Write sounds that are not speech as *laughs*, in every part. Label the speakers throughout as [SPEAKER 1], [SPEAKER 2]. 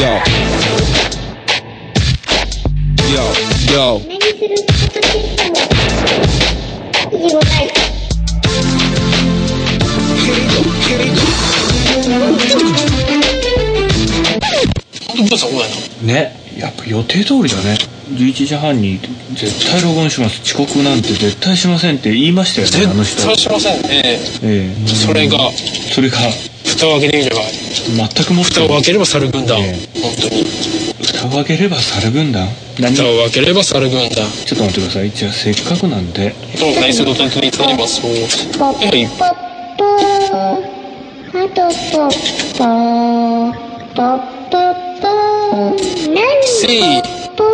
[SPEAKER 1] Yo. Yo, yo.
[SPEAKER 2] 目にすること自体も意義もない
[SPEAKER 3] どうしたこうだよ
[SPEAKER 4] ねやっぱ予定通りだね11時半に絶対ログインします遅刻なんて絶対しませんって言いましたよねあの人
[SPEAKER 3] そうしませんね
[SPEAKER 4] ええ
[SPEAKER 3] それが
[SPEAKER 4] それが
[SPEAKER 3] 蓋を開けてみれば
[SPEAKER 4] 全くもって
[SPEAKER 3] 蓋を開ければ猿軍団、
[SPEAKER 4] え
[SPEAKER 3] 本当に
[SPEAKER 4] 蓋を開ければ猿軍団何ち
[SPEAKER 3] 蓋
[SPEAKER 4] ょっ
[SPEAKER 3] を開ければ猿軍団
[SPEAKER 4] と待ってくださいじゃあせっかくなんで
[SPEAKER 3] どう内装の担当につなりますそう
[SPEAKER 2] ポッポ
[SPEAKER 3] はい
[SPEAKER 2] ッポあとポッポーポッポッポーなん
[SPEAKER 3] せい
[SPEAKER 2] ポー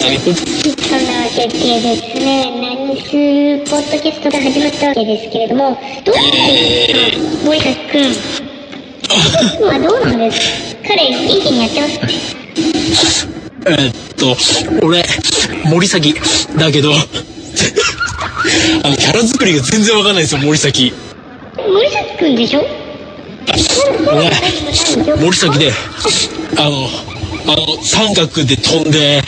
[SPEAKER 3] 何
[SPEAKER 2] きっとなわけでですね何するポッドキャストが始まったわけですけれどもどうしてですか森田君はどうなんですか彼元気にやってますか
[SPEAKER 3] えっと俺森崎だけど *laughs* あのキャラ作りが全然わかんないですよ森 *laughs* 崎
[SPEAKER 2] 森崎君でしょ
[SPEAKER 3] ごめん森崎であのあの三角で飛んで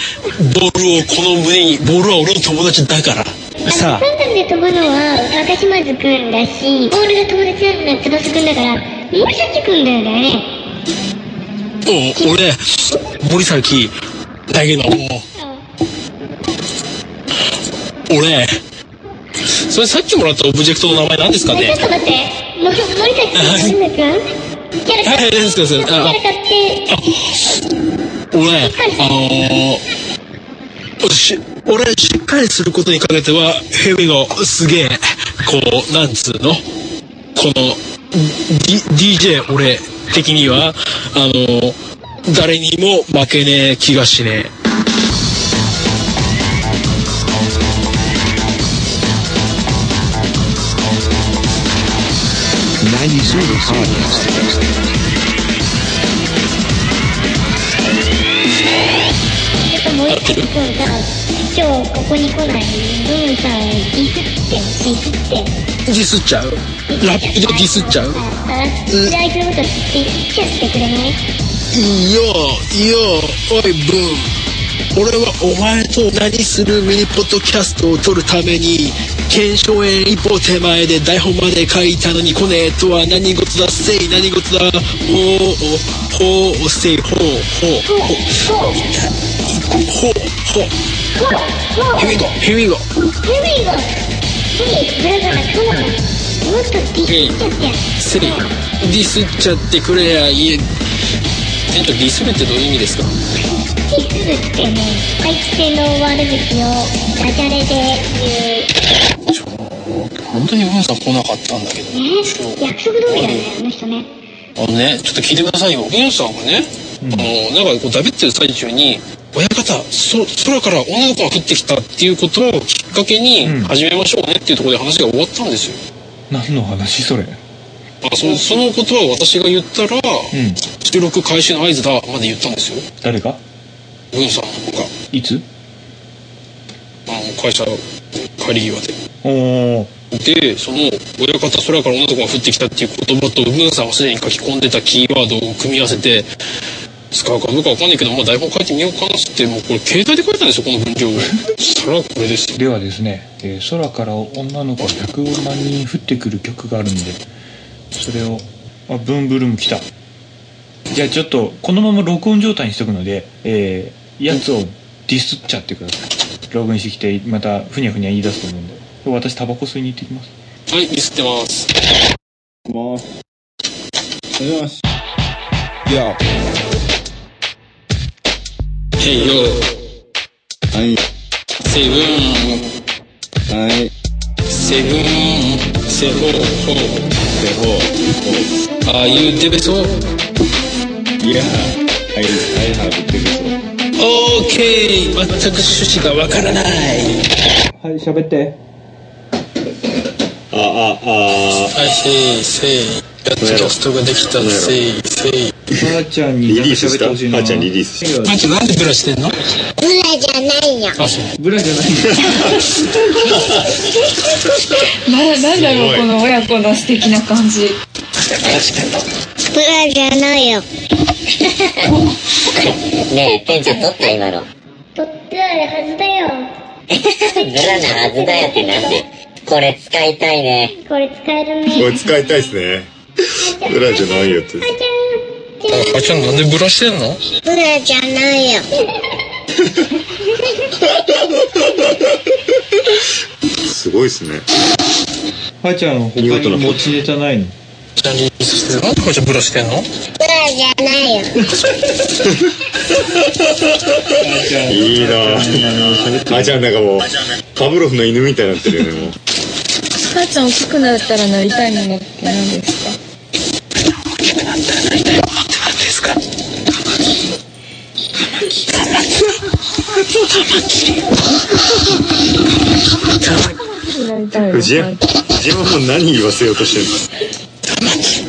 [SPEAKER 3] ボールをこの胸にボールは俺の友達だから
[SPEAKER 4] さあ
[SPEAKER 2] 三角で飛ぶのは赤島津くんだしボールが友達なのは翼くんだから森崎くんだよね
[SPEAKER 3] お俺森崎だけどもう俺それさっきもらったオブジェクトの名前何ですか
[SPEAKER 2] ちょっ
[SPEAKER 3] ね
[SPEAKER 2] と待っても森崎くんなんだくんキャラ
[SPEAKER 3] はいはい
[SPEAKER 2] 買っ
[SPEAKER 3] です
[SPEAKER 2] て
[SPEAKER 3] かそ
[SPEAKER 2] キ
[SPEAKER 3] れ
[SPEAKER 2] ャ
[SPEAKER 3] あ
[SPEAKER 2] ラ買って
[SPEAKER 3] 俺あのー、し俺しっかりすることにかけてはヘビのすげえこうなんつうのこの、D、DJ 俺的にはあのー誰にも負けねえ気がしねえ
[SPEAKER 1] 90する
[SPEAKER 2] ちょっと森崎くんさ今日ここに来ないのにさディスってディスって
[SPEAKER 3] ディスっちゃうラップでディスっちゃう
[SPEAKER 2] あ相手のことディスっちゃってくれない
[SPEAKER 3] いいよいいよおいブーン俺はお前と何するミニポッドキャストを撮るために検証園一歩手前で台本まで書いたのに来ねえとは何事だせい何事だほうほうせいほうほう
[SPEAKER 2] そう
[SPEAKER 3] ほうほう
[SPEAKER 2] そうそう
[SPEAKER 3] Here we go Here we go
[SPEAKER 2] ヘビーがヘビーだからカモもっとディスっちゃって
[SPEAKER 3] せいディスっちゃってくれやいえ店長ディスるってどういう意味ですか
[SPEAKER 2] ディスってね相手の悪口をダジャレで言う
[SPEAKER 3] 本当にブーンさん来なかったんだけど
[SPEAKER 2] ね約束通りだねあの人ね
[SPEAKER 3] あのね、ちょっと聞いてくださいよ。ゲンさんがね、あの、なんかこう、だべってる最中に、親方、そ、空から女の子が降ってきたっていうことをきっかけに
[SPEAKER 4] うん、
[SPEAKER 3] 始めましょうねっていうところで話が終わったんですよ。
[SPEAKER 4] 何の話それ
[SPEAKER 3] あそその言葉を私が言ったら、
[SPEAKER 4] うん
[SPEAKER 3] 収録開始の合図だ、まで言ったんですよ。
[SPEAKER 4] 誰か
[SPEAKER 3] ゲンさんが、
[SPEAKER 4] いつ
[SPEAKER 3] あの、会社帰り際で。
[SPEAKER 4] おお
[SPEAKER 3] でその親方空から女の子が降ってきたっていう言葉と文さんがすでに書き込んでたキーワードを組み合わせて使うかどうかわかんないけど、まあ、台本書いてみようかなっつってもうこれ携帯で書いたんですよこの文章をそしたらこれですよ
[SPEAKER 4] ではですね、えー空から女の子105万人降ってくる曲があるんでそれをあブンブルーム来たじゃあちょっとこのまま録音状態にしとくので、えーやつをディスっちゃってくださいログインしてきてまたふにゃふにゃ言い出すと思うんで私タバコ吸いに行ってきます
[SPEAKER 3] はいミスってます
[SPEAKER 1] よ。Yo.
[SPEAKER 3] へいよ
[SPEAKER 5] はい、
[SPEAKER 3] セブン
[SPEAKER 5] はい、
[SPEAKER 3] セブンセホホ
[SPEAKER 5] でほう、
[SPEAKER 3] ああいうデベソオー
[SPEAKER 5] いや、はい、はい、はぶってるぞ。
[SPEAKER 3] ケー全く趣旨がわからない
[SPEAKER 4] はい喋って
[SPEAKER 5] あ、あ、あ、
[SPEAKER 3] はいせいせいやっとキャストができたせいせい
[SPEAKER 4] あーちゃんに
[SPEAKER 5] リリースした
[SPEAKER 4] 喋ってほしいな
[SPEAKER 5] あーちゃんリリースし
[SPEAKER 3] マジなんでブラしてんの
[SPEAKER 2] ブラじゃないよ
[SPEAKER 3] あそう
[SPEAKER 4] ブラじゃない
[SPEAKER 6] ななんだろうこの親子の素敵な感じ
[SPEAKER 2] ブラじゃないよ
[SPEAKER 7] ねえ、ペンちゃん撮った今の。
[SPEAKER 2] 撮ってあるはずだよ。
[SPEAKER 7] ズラなはずだよってなんで。これ使いたいね。
[SPEAKER 2] これ使えるね。
[SPEAKER 8] これ使いたいっすね。ブラじゃないよって。
[SPEAKER 2] あちゃん。
[SPEAKER 9] あちゃんなんでブラしてんの
[SPEAKER 2] ブラじゃないよ。
[SPEAKER 8] すごいっすね。
[SPEAKER 4] はちゃん他に持ちネタないの
[SPEAKER 9] ちゃんにしてなんでこいつブラしてんの
[SPEAKER 2] ブラじゃないよ。
[SPEAKER 8] いいなぁ。あちゃんなんかもう、パブロフの犬みたいになってるよね、もう。
[SPEAKER 6] 母ちゃん大きくなったらなりたいものって何ですかなりたい
[SPEAKER 8] 藤山、藤山もう何言わせようとしてるんですか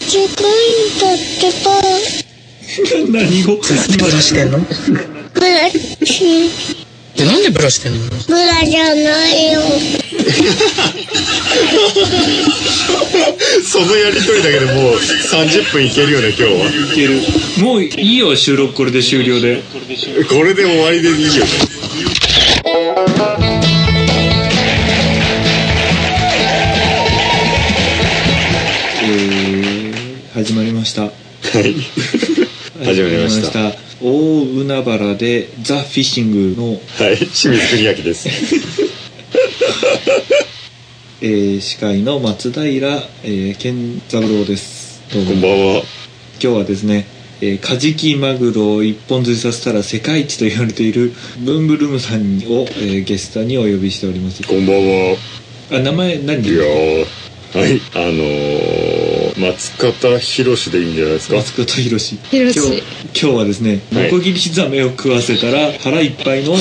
[SPEAKER 2] ちっこいんだってば。
[SPEAKER 4] 何語
[SPEAKER 9] ブラしてんの
[SPEAKER 2] ブラ、
[SPEAKER 9] でなんでブラしてんの
[SPEAKER 2] ブラじゃないよ。
[SPEAKER 8] そのやりとりだけでもう30分いけるよね、今日は。
[SPEAKER 4] いけるもういいよ収録これで終了で
[SPEAKER 8] これで終わりでいいよね。
[SPEAKER 4] 始まりました
[SPEAKER 8] はい。始まりました。は
[SPEAKER 4] 大海原でザ・フィッシングの、
[SPEAKER 8] い。清水邦明です。
[SPEAKER 4] えー司会の松平、えー健三郎ですどうも
[SPEAKER 8] こんばんは。
[SPEAKER 4] 今日はですね、えーカジキマグロを一本釣りさせたら世界一と言われているブンブルムさんを、えーゲストにお呼びしております
[SPEAKER 8] こんばんは。
[SPEAKER 4] あ名前何
[SPEAKER 8] いやーはい。あのー、松方弘でいいんじゃないですか。
[SPEAKER 4] 松本博士
[SPEAKER 6] ひろし
[SPEAKER 4] 今日今日はですね
[SPEAKER 8] はい
[SPEAKER 4] ノコギリザメを食わせたら腹いっぱいの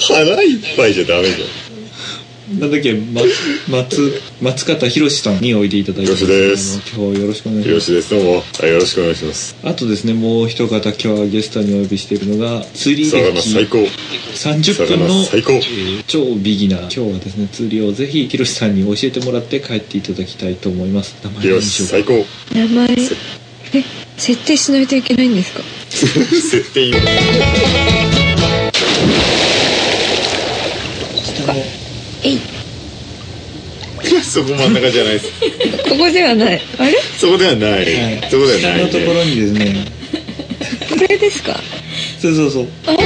[SPEAKER 8] 腹いっぱいじゃダメじゃん。
[SPEAKER 4] なんだっけ、ま、松松方博士さんにおいでいただいてます
[SPEAKER 8] よろしです
[SPEAKER 4] あの今日よろしくお願いし
[SPEAKER 8] よ
[SPEAKER 4] ま
[SPEAKER 8] ろ
[SPEAKER 4] す
[SPEAKER 8] しいです。どうも。はいよろしくお願いします。
[SPEAKER 4] あとですねもう一方今日はゲストにお呼びしているのが釣り歴
[SPEAKER 8] 魚最高。
[SPEAKER 4] 30分
[SPEAKER 8] 魚
[SPEAKER 4] の
[SPEAKER 8] 最高。
[SPEAKER 4] 超ビギナー今日はですね釣りをぜひひろしさんに教えてもらって帰っていただきたいと思います名前
[SPEAKER 8] よ
[SPEAKER 4] 何で
[SPEAKER 8] し、
[SPEAKER 4] しょう
[SPEAKER 8] 最高。
[SPEAKER 6] 名前え設定しないといけないんですか
[SPEAKER 8] 設定今。
[SPEAKER 6] えい
[SPEAKER 8] *laughs* そこ真ん中じゃないです。
[SPEAKER 6] ここではないあれ
[SPEAKER 8] そこではない。
[SPEAKER 4] はい
[SPEAKER 8] そこではな
[SPEAKER 4] 下
[SPEAKER 8] い、
[SPEAKER 4] のところにですね
[SPEAKER 6] これですか
[SPEAKER 4] そうそうそう
[SPEAKER 6] あ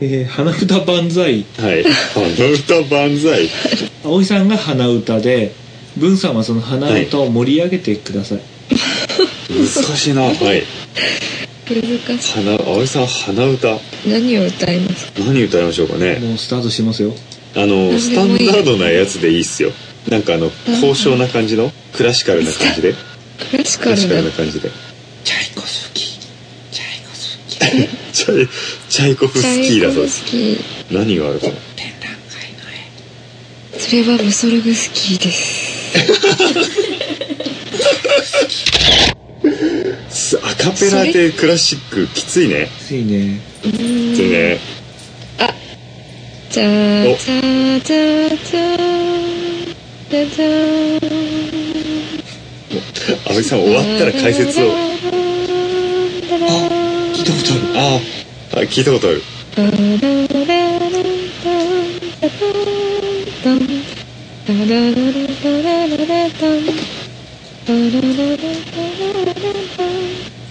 [SPEAKER 4] えー、花歌万歳
[SPEAKER 8] はい。鼻歌万歳。
[SPEAKER 4] 葵さんが鼻歌で文さんはその鼻歌を盛り上げてください、
[SPEAKER 8] 難しいな。はい。
[SPEAKER 6] 難し
[SPEAKER 8] 花、葵さん、鼻歌。
[SPEAKER 6] い何を歌いますか
[SPEAKER 8] 何歌いましょうかね。
[SPEAKER 4] もうスタートしてますよ
[SPEAKER 8] あの、スタン
[SPEAKER 6] 何でもいい
[SPEAKER 8] ダードなやつでいいっすよ。なんかあの、高尚な感じの、クラシカルな感じで。
[SPEAKER 6] クラシ
[SPEAKER 8] ク
[SPEAKER 6] カ
[SPEAKER 8] ラシ
[SPEAKER 6] ル
[SPEAKER 8] カ
[SPEAKER 6] だ
[SPEAKER 8] ルな感じで。チャイ、チャイコフスキーだそうです。
[SPEAKER 6] チャイコフス
[SPEAKER 8] 何があるかな。
[SPEAKER 6] キーそれはムソルグスキーです
[SPEAKER 8] すアカペラでクラシックきついね。
[SPEAKER 4] ついね
[SPEAKER 8] きついね。
[SPEAKER 6] じゃー
[SPEAKER 8] お
[SPEAKER 6] じゃーじゃーじゃーじゃーじゃー
[SPEAKER 8] 葵さん終わったら解説を。
[SPEAKER 4] 聞いたことあ
[SPEAKER 8] ああ、聞いたことある。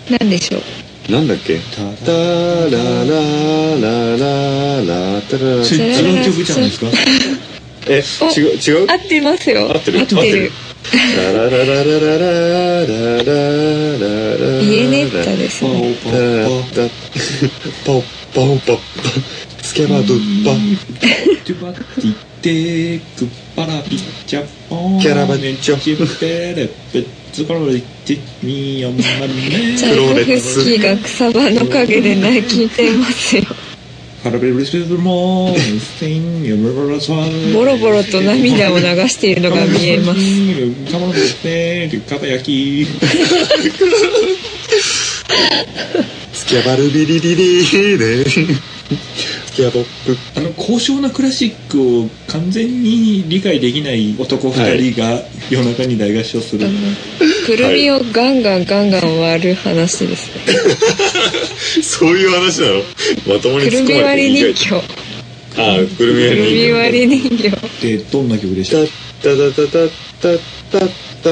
[SPEAKER 6] 何でしょう
[SPEAKER 8] なんだっけタラララララタララ
[SPEAKER 4] るそれ違う曲じゃないですか
[SPEAKER 8] え、違う、違う
[SPEAKER 6] 合ってますよ
[SPEAKER 8] 合ってる
[SPEAKER 6] 合ってる。
[SPEAKER 8] ララララララララララララ
[SPEAKER 6] イエネッタです
[SPEAKER 4] パオ
[SPEAKER 6] ね
[SPEAKER 8] ラララ
[SPEAKER 4] パ
[SPEAKER 8] ラパオパオパオパスケバドッパ
[SPEAKER 4] オトゥバッティテークパラピッチャポーン
[SPEAKER 8] キャラバッチョ
[SPEAKER 4] キュペレペッツパラリティニヤマネ
[SPEAKER 6] チャイコフスキーが草場の陰で泣いていますよ
[SPEAKER 4] パラベルスルモーンステインヨムロラスワン
[SPEAKER 6] ボロボロと涙を流しているのが見えます
[SPEAKER 4] すカモロステルカバヤキ
[SPEAKER 8] スケバルビリリリーねケアドッグ。
[SPEAKER 4] あの高尚なクラシックを完全に理解できない男2人が夜中に大合唱する、
[SPEAKER 6] くるみをガンガンガンガン割る話ですね。
[SPEAKER 8] そういう話なのまともに
[SPEAKER 6] く
[SPEAKER 8] 突
[SPEAKER 6] る
[SPEAKER 8] っ
[SPEAKER 6] み
[SPEAKER 8] 込まれ
[SPEAKER 6] 割
[SPEAKER 8] て
[SPEAKER 6] り
[SPEAKER 8] 意
[SPEAKER 6] 人
[SPEAKER 8] 外
[SPEAKER 6] 形。
[SPEAKER 8] とああ、くるみ
[SPEAKER 6] く
[SPEAKER 8] 割り
[SPEAKER 6] るみ
[SPEAKER 8] 人形。
[SPEAKER 6] 割り人形。
[SPEAKER 4] でどんな曲でした
[SPEAKER 8] たたたたたたたた。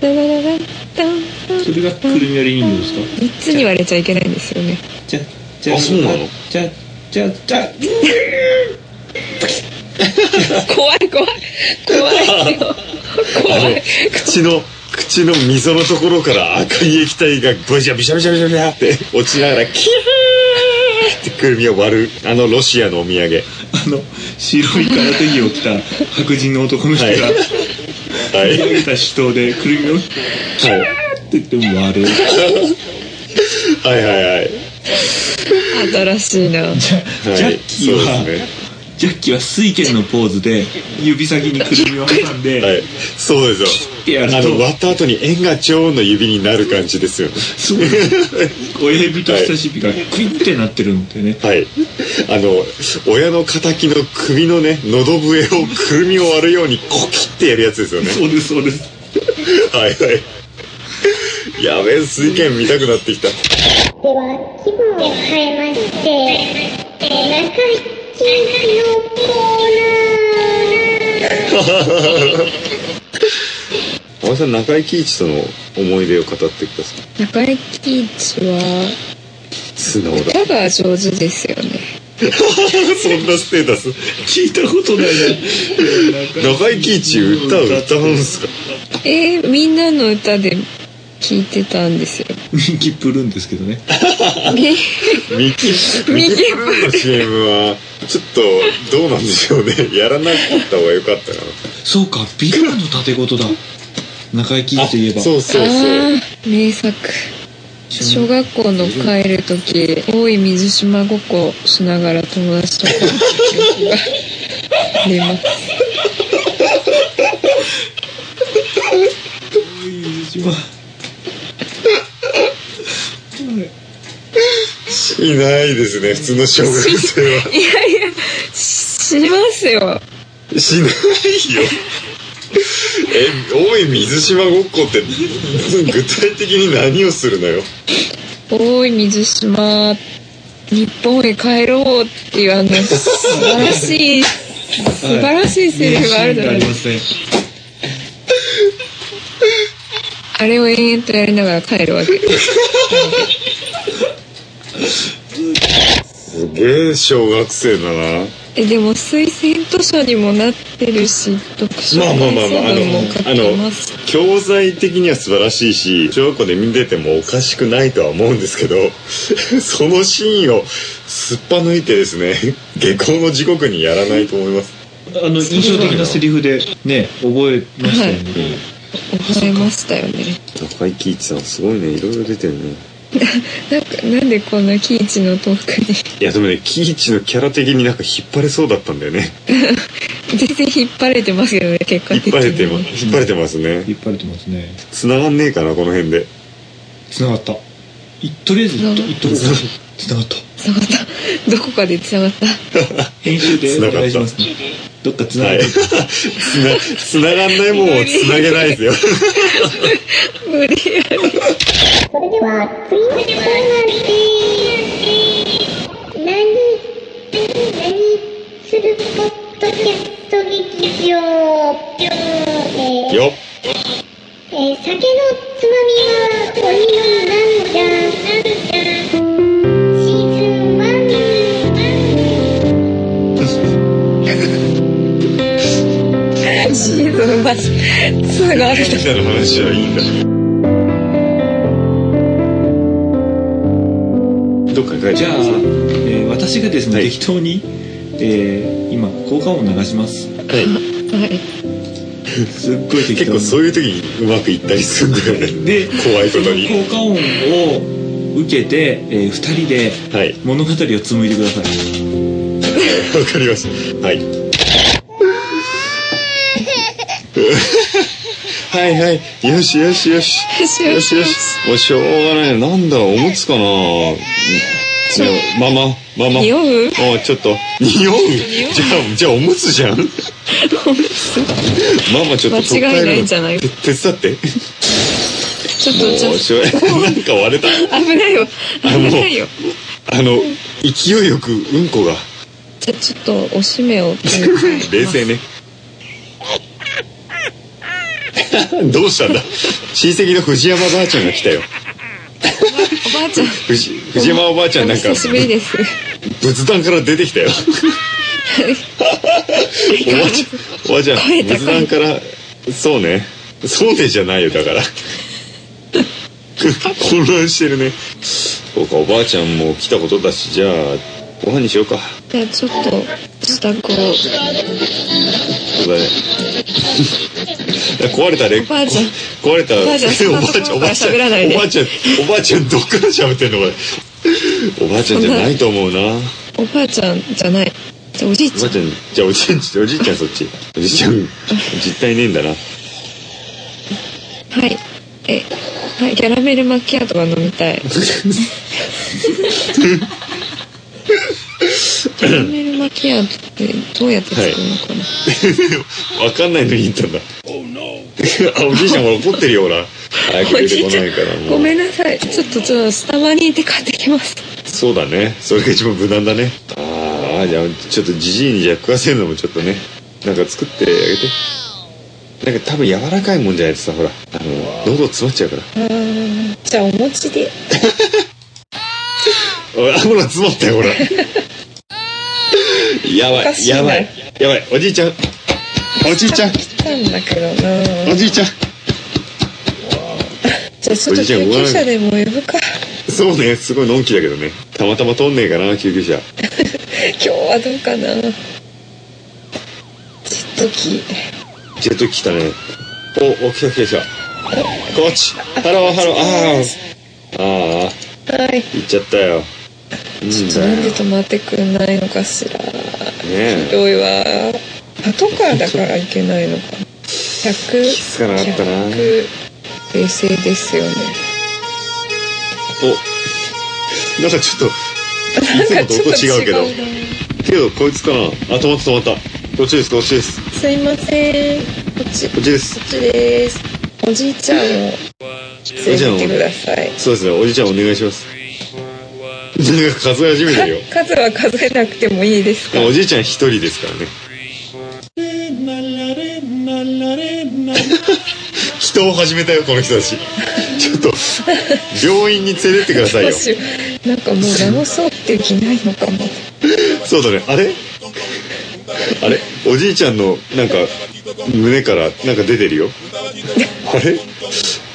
[SPEAKER 6] ダダダダダン
[SPEAKER 4] それがくるみ割り人形ですか
[SPEAKER 6] 三つに割れちゃいけないんですよね。
[SPEAKER 4] じゃじゃ
[SPEAKER 8] あそうなの
[SPEAKER 4] じゃじゃじゃ
[SPEAKER 6] 怖い怖い怖いよ。
[SPEAKER 8] あ
[SPEAKER 6] 怖
[SPEAKER 8] の
[SPEAKER 6] い。、
[SPEAKER 8] 口の、口の溝のところから赤い液体がブシャビシャビシャビシャビシャって落ちながら、キューってくるみを割る、あのロシアのお土産。
[SPEAKER 4] あの白い空手着を着た白人の男の人が、
[SPEAKER 8] はいはい。
[SPEAKER 4] 投げた手刀でくるみをキ
[SPEAKER 8] はい。
[SPEAKER 4] ャーって言って割る
[SPEAKER 8] はいはいはい。
[SPEAKER 6] 新しいな。
[SPEAKER 8] はい、
[SPEAKER 4] ジャッキーは
[SPEAKER 8] そうですね
[SPEAKER 4] ジャッキーは水拳のポーズで指先にくるみを挟んで、
[SPEAKER 8] はい、そうですよ
[SPEAKER 4] てやると
[SPEAKER 8] あの割った後に円が女王の指になる感じですよね
[SPEAKER 4] そう親指と人差し指がクイッてなってるんだよね
[SPEAKER 8] はいあの親の敵の首のね喉笛をくるみを割るようにコキってやるやつですよね
[SPEAKER 4] そうですそうです
[SPEAKER 8] はいはいやべえ水拳見たくなってきた
[SPEAKER 2] では気分を変えまして中井のコーナー
[SPEAKER 8] 青井さん中井貴一との思い出を語ってください
[SPEAKER 6] 中井貴一は
[SPEAKER 4] *laughs*
[SPEAKER 8] 素直だ
[SPEAKER 6] 歌が上手ですよね。
[SPEAKER 8] そんなステータス
[SPEAKER 4] 聞いたことないな
[SPEAKER 8] *laughs* 中井貴一歌を歌うんすか
[SPEAKER 6] えー、みんなの歌で聞いてたんですよ。
[SPEAKER 4] 人気プルーンですけどね
[SPEAKER 6] ね
[SPEAKER 8] ミキ、ミキプルーンの CM は、ちょっと、どうなんでしょうね。やらなかった方が良かったかな。
[SPEAKER 4] そうかビルの盾事だ中井貴一といえば
[SPEAKER 8] そうそうそう。
[SPEAKER 6] ああ、名作。小学校の帰る時大井水島ごっこしながら友達と帰った記憶があります
[SPEAKER 8] いないですね、普通の小学生は。
[SPEAKER 6] いやいやしますよ
[SPEAKER 8] しないよ。え、大井水島ごっこって、具体的に何をするのよ。
[SPEAKER 6] 大井水島日本へ帰ろうっていうあの素晴らしい素晴らしいセリフがあるじゃない
[SPEAKER 4] 名シーンがありま
[SPEAKER 6] で
[SPEAKER 4] す
[SPEAKER 6] か
[SPEAKER 4] すね
[SPEAKER 6] あれを延々とやりながら帰るわけ
[SPEAKER 8] すげえ小学生だな。
[SPEAKER 6] えでも推薦図書にもなってるし読書
[SPEAKER 8] まあまあまあまあ、あ
[SPEAKER 6] 感想文も書
[SPEAKER 8] の、あ
[SPEAKER 6] きま
[SPEAKER 8] の
[SPEAKER 6] す、
[SPEAKER 8] 教材的には素晴らしいし、小学校で見ててもおかしくないとは思うんですけど、 *laughs* そのシーンをすっぱ抜いてですね、 *laughs* 下校の時刻にやらないと思います。
[SPEAKER 4] あの印象的なセリフでね覚えましたよね、
[SPEAKER 6] 覚えましたよね
[SPEAKER 8] 高井貴一さん、すごいね、いろいろ出てるね。
[SPEAKER 6] なんかなんでこんなキイチのトークに
[SPEAKER 8] いや、でもね、貴一のキャラ的になんか引っ張れそうだったんだよ *laughs* ね。
[SPEAKER 6] 全然引っ張れてますけどね結果
[SPEAKER 8] 引っ
[SPEAKER 6] 的に
[SPEAKER 8] 張れて *laughs* ま、引っ張れてますね。
[SPEAKER 4] 引っ張れてますね
[SPEAKER 8] 繋がんねえかな、この辺で。
[SPEAKER 4] つながったいとりあえずいっといっとこうつながった
[SPEAKER 6] 繋がったどこかで繋がった
[SPEAKER 4] 編集でお願いしますねどっかつな
[SPEAKER 8] は
[SPEAKER 4] がっ
[SPEAKER 8] い。
[SPEAKER 4] た
[SPEAKER 8] *laughs* 繋、繋がんないもんを繋げないですよ。
[SPEAKER 6] 無理やり
[SPEAKER 2] それでは次のコーナーです何何するポッドキャスト劇場えー
[SPEAKER 8] *laughs* よっ。
[SPEAKER 2] えー酒のつまみは鬼のなんだなんだシーズン1
[SPEAKER 6] シーズンバス繋がる
[SPEAKER 8] みたいな話はいいんだ。どっかに書いて
[SPEAKER 4] じ
[SPEAKER 8] あ
[SPEAKER 4] ゃあ、
[SPEAKER 8] る
[SPEAKER 4] えー私がですね、
[SPEAKER 8] はい
[SPEAKER 4] 適当に、えー今効果音流します
[SPEAKER 8] はい
[SPEAKER 6] はい
[SPEAKER 4] すっごい適
[SPEAKER 8] 結
[SPEAKER 4] 当に
[SPEAKER 8] 構そういう時にうまくいったりするんだよね。
[SPEAKER 4] で
[SPEAKER 8] 怖いことに
[SPEAKER 4] その *laughs* 効果音を受けて、え2人で
[SPEAKER 8] *laughs* はい。
[SPEAKER 4] 物語を紡いでください
[SPEAKER 8] わかりました。はい。はいはい。よしよしよし。よしよし。もうしょうがない。なんだ、おむつかな。ママ、ママ。
[SPEAKER 6] 匂う
[SPEAKER 8] おいちょっと。匂う
[SPEAKER 6] う
[SPEAKER 8] じゃあ、じゃあおむつじゃん。ママちょっと取っ替
[SPEAKER 6] 間
[SPEAKER 8] え
[SPEAKER 6] 違いない
[SPEAKER 8] る
[SPEAKER 6] んじゃない
[SPEAKER 8] の。手手伝って。
[SPEAKER 6] ちょっとちょ
[SPEAKER 8] もう、
[SPEAKER 6] っと
[SPEAKER 8] しょうなんか割れた。
[SPEAKER 6] 危ないよ危ないよ
[SPEAKER 8] あの、勢いよくうんこが。
[SPEAKER 6] じゃあちょっとおしめを
[SPEAKER 8] 冷静ね。 *laughs* どうしたんだ親戚の藤山ばあちゃんが来たよ。
[SPEAKER 6] おばあちゃん
[SPEAKER 8] 藤藤山おばあちゃんなんか
[SPEAKER 6] 久しぶりです
[SPEAKER 8] 仏壇から出てきたよおばあちゃんおばあちゃん
[SPEAKER 6] 声高い
[SPEAKER 8] 仏壇からそうねそうねじゃないよだから混乱してるねそうかおばあちゃんも来たことだしじゃあご飯にしようか
[SPEAKER 6] じゃあちょっと支度を
[SPEAKER 8] そうだね *laughs* 壊れたレ
[SPEAKER 6] おばあちゃん
[SPEAKER 8] 壊れた
[SPEAKER 6] おばあちゃんそん
[SPEAKER 8] お
[SPEAKER 6] な
[SPEAKER 8] ば
[SPEAKER 6] と
[SPEAKER 8] あち
[SPEAKER 6] ころ
[SPEAKER 8] ゃんおばあちゃん
[SPEAKER 6] 喋らないで
[SPEAKER 8] おばあちゃんおばあちゃんどっから喋ってんのこれおばあちゃんじゃないと思うな
[SPEAKER 6] おばあちゃんじゃないじゃあおじい
[SPEAKER 8] お
[SPEAKER 6] ち
[SPEAKER 8] ばあ
[SPEAKER 6] ゃ
[SPEAKER 8] ちゃん、じゃあおじいちゃん、おじいちゃんそっち。おじいちゃん、実体ねえんだな。
[SPEAKER 6] んはいえはいキャラメルマキアートが飲み *laughs* たいキャラメルマキアートってどうやって作るのかな、
[SPEAKER 8] わかんないのに言ったんだ。 *laughs* あ、おじいちゃんほら怒ってるよ、ほら。早く
[SPEAKER 6] お
[SPEAKER 8] 出
[SPEAKER 6] じ
[SPEAKER 8] て
[SPEAKER 6] い
[SPEAKER 8] こ
[SPEAKER 6] ちゃ
[SPEAKER 8] ないから、
[SPEAKER 6] ん
[SPEAKER 8] も
[SPEAKER 6] ご
[SPEAKER 8] う。
[SPEAKER 6] めんなさいちょっとちょっとスタバに行って買ってきます
[SPEAKER 8] そうだね。それが一番無難だね。ああ、じゃあ、ちょっとじじいにじゃあ食わせるのもちょっとね。なんか作ってあげて。なんか多分柔らかいもんじゃないとさ、ほら。あの、喉詰まっちゃうから。
[SPEAKER 6] じゃあお餅で
[SPEAKER 8] おいほら、詰まったよ、
[SPEAKER 6] *laughs*
[SPEAKER 8] ほら。やば
[SPEAKER 6] か
[SPEAKER 8] い、
[SPEAKER 6] しいな
[SPEAKER 8] やばい。やばい、おじいちゃん。おじいちゃん、
[SPEAKER 6] 来たんだけどな
[SPEAKER 8] おじいちゃん。
[SPEAKER 6] じゃあちょっと救急車でも呼ぶか
[SPEAKER 8] そうね、すごいのんきだけどね。たまたま通んねえかな、救急車。
[SPEAKER 6] 今日はどうかなジェット機
[SPEAKER 8] ジェット機来たね。お、お、来た来た来た。こっち。ハロー、ハロー。ああ。ああ、
[SPEAKER 6] はい
[SPEAKER 8] 行っちゃったよ。うんだよ。
[SPEAKER 6] なんで
[SPEAKER 8] ね
[SPEAKER 6] 止まってくんないのかしらひ
[SPEAKER 8] え。
[SPEAKER 6] どいわパトカーだからいけないのかな
[SPEAKER 8] 気づかなかったな
[SPEAKER 6] 100平成ですよね
[SPEAKER 8] お、なんかちょっと、いつもと音違うけど。けど、こいつかな。あ、止まった止まった。こっちです、こっちです。
[SPEAKER 6] すいませんこっちこ
[SPEAKER 8] こっちです。
[SPEAKER 6] っちですおじいちゃんを連れてってください
[SPEAKER 8] そうですね、おじいちゃんお願いします。なんか数え始めてるよ。
[SPEAKER 6] か数は数えなくてもいいですか
[SPEAKER 8] おじいちゃん一人です *laughs* からね。人を始めたよ、この人たち。ちょっと、病院に連れてってください
[SPEAKER 6] ど
[SPEAKER 8] よ。
[SPEAKER 6] うしようなんかもう直そうっていう気ないのかも
[SPEAKER 8] そうだね、あれあれおじいちゃんの、なんか、胸から、なんか出てるよ。あれ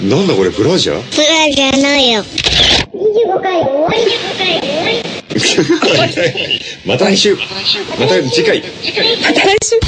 [SPEAKER 8] なんだこれ、ブラジャー *laughs*
[SPEAKER 2] プラじゃないよ。25回終わり。25回終わり。
[SPEAKER 8] また来週また次回
[SPEAKER 6] また来週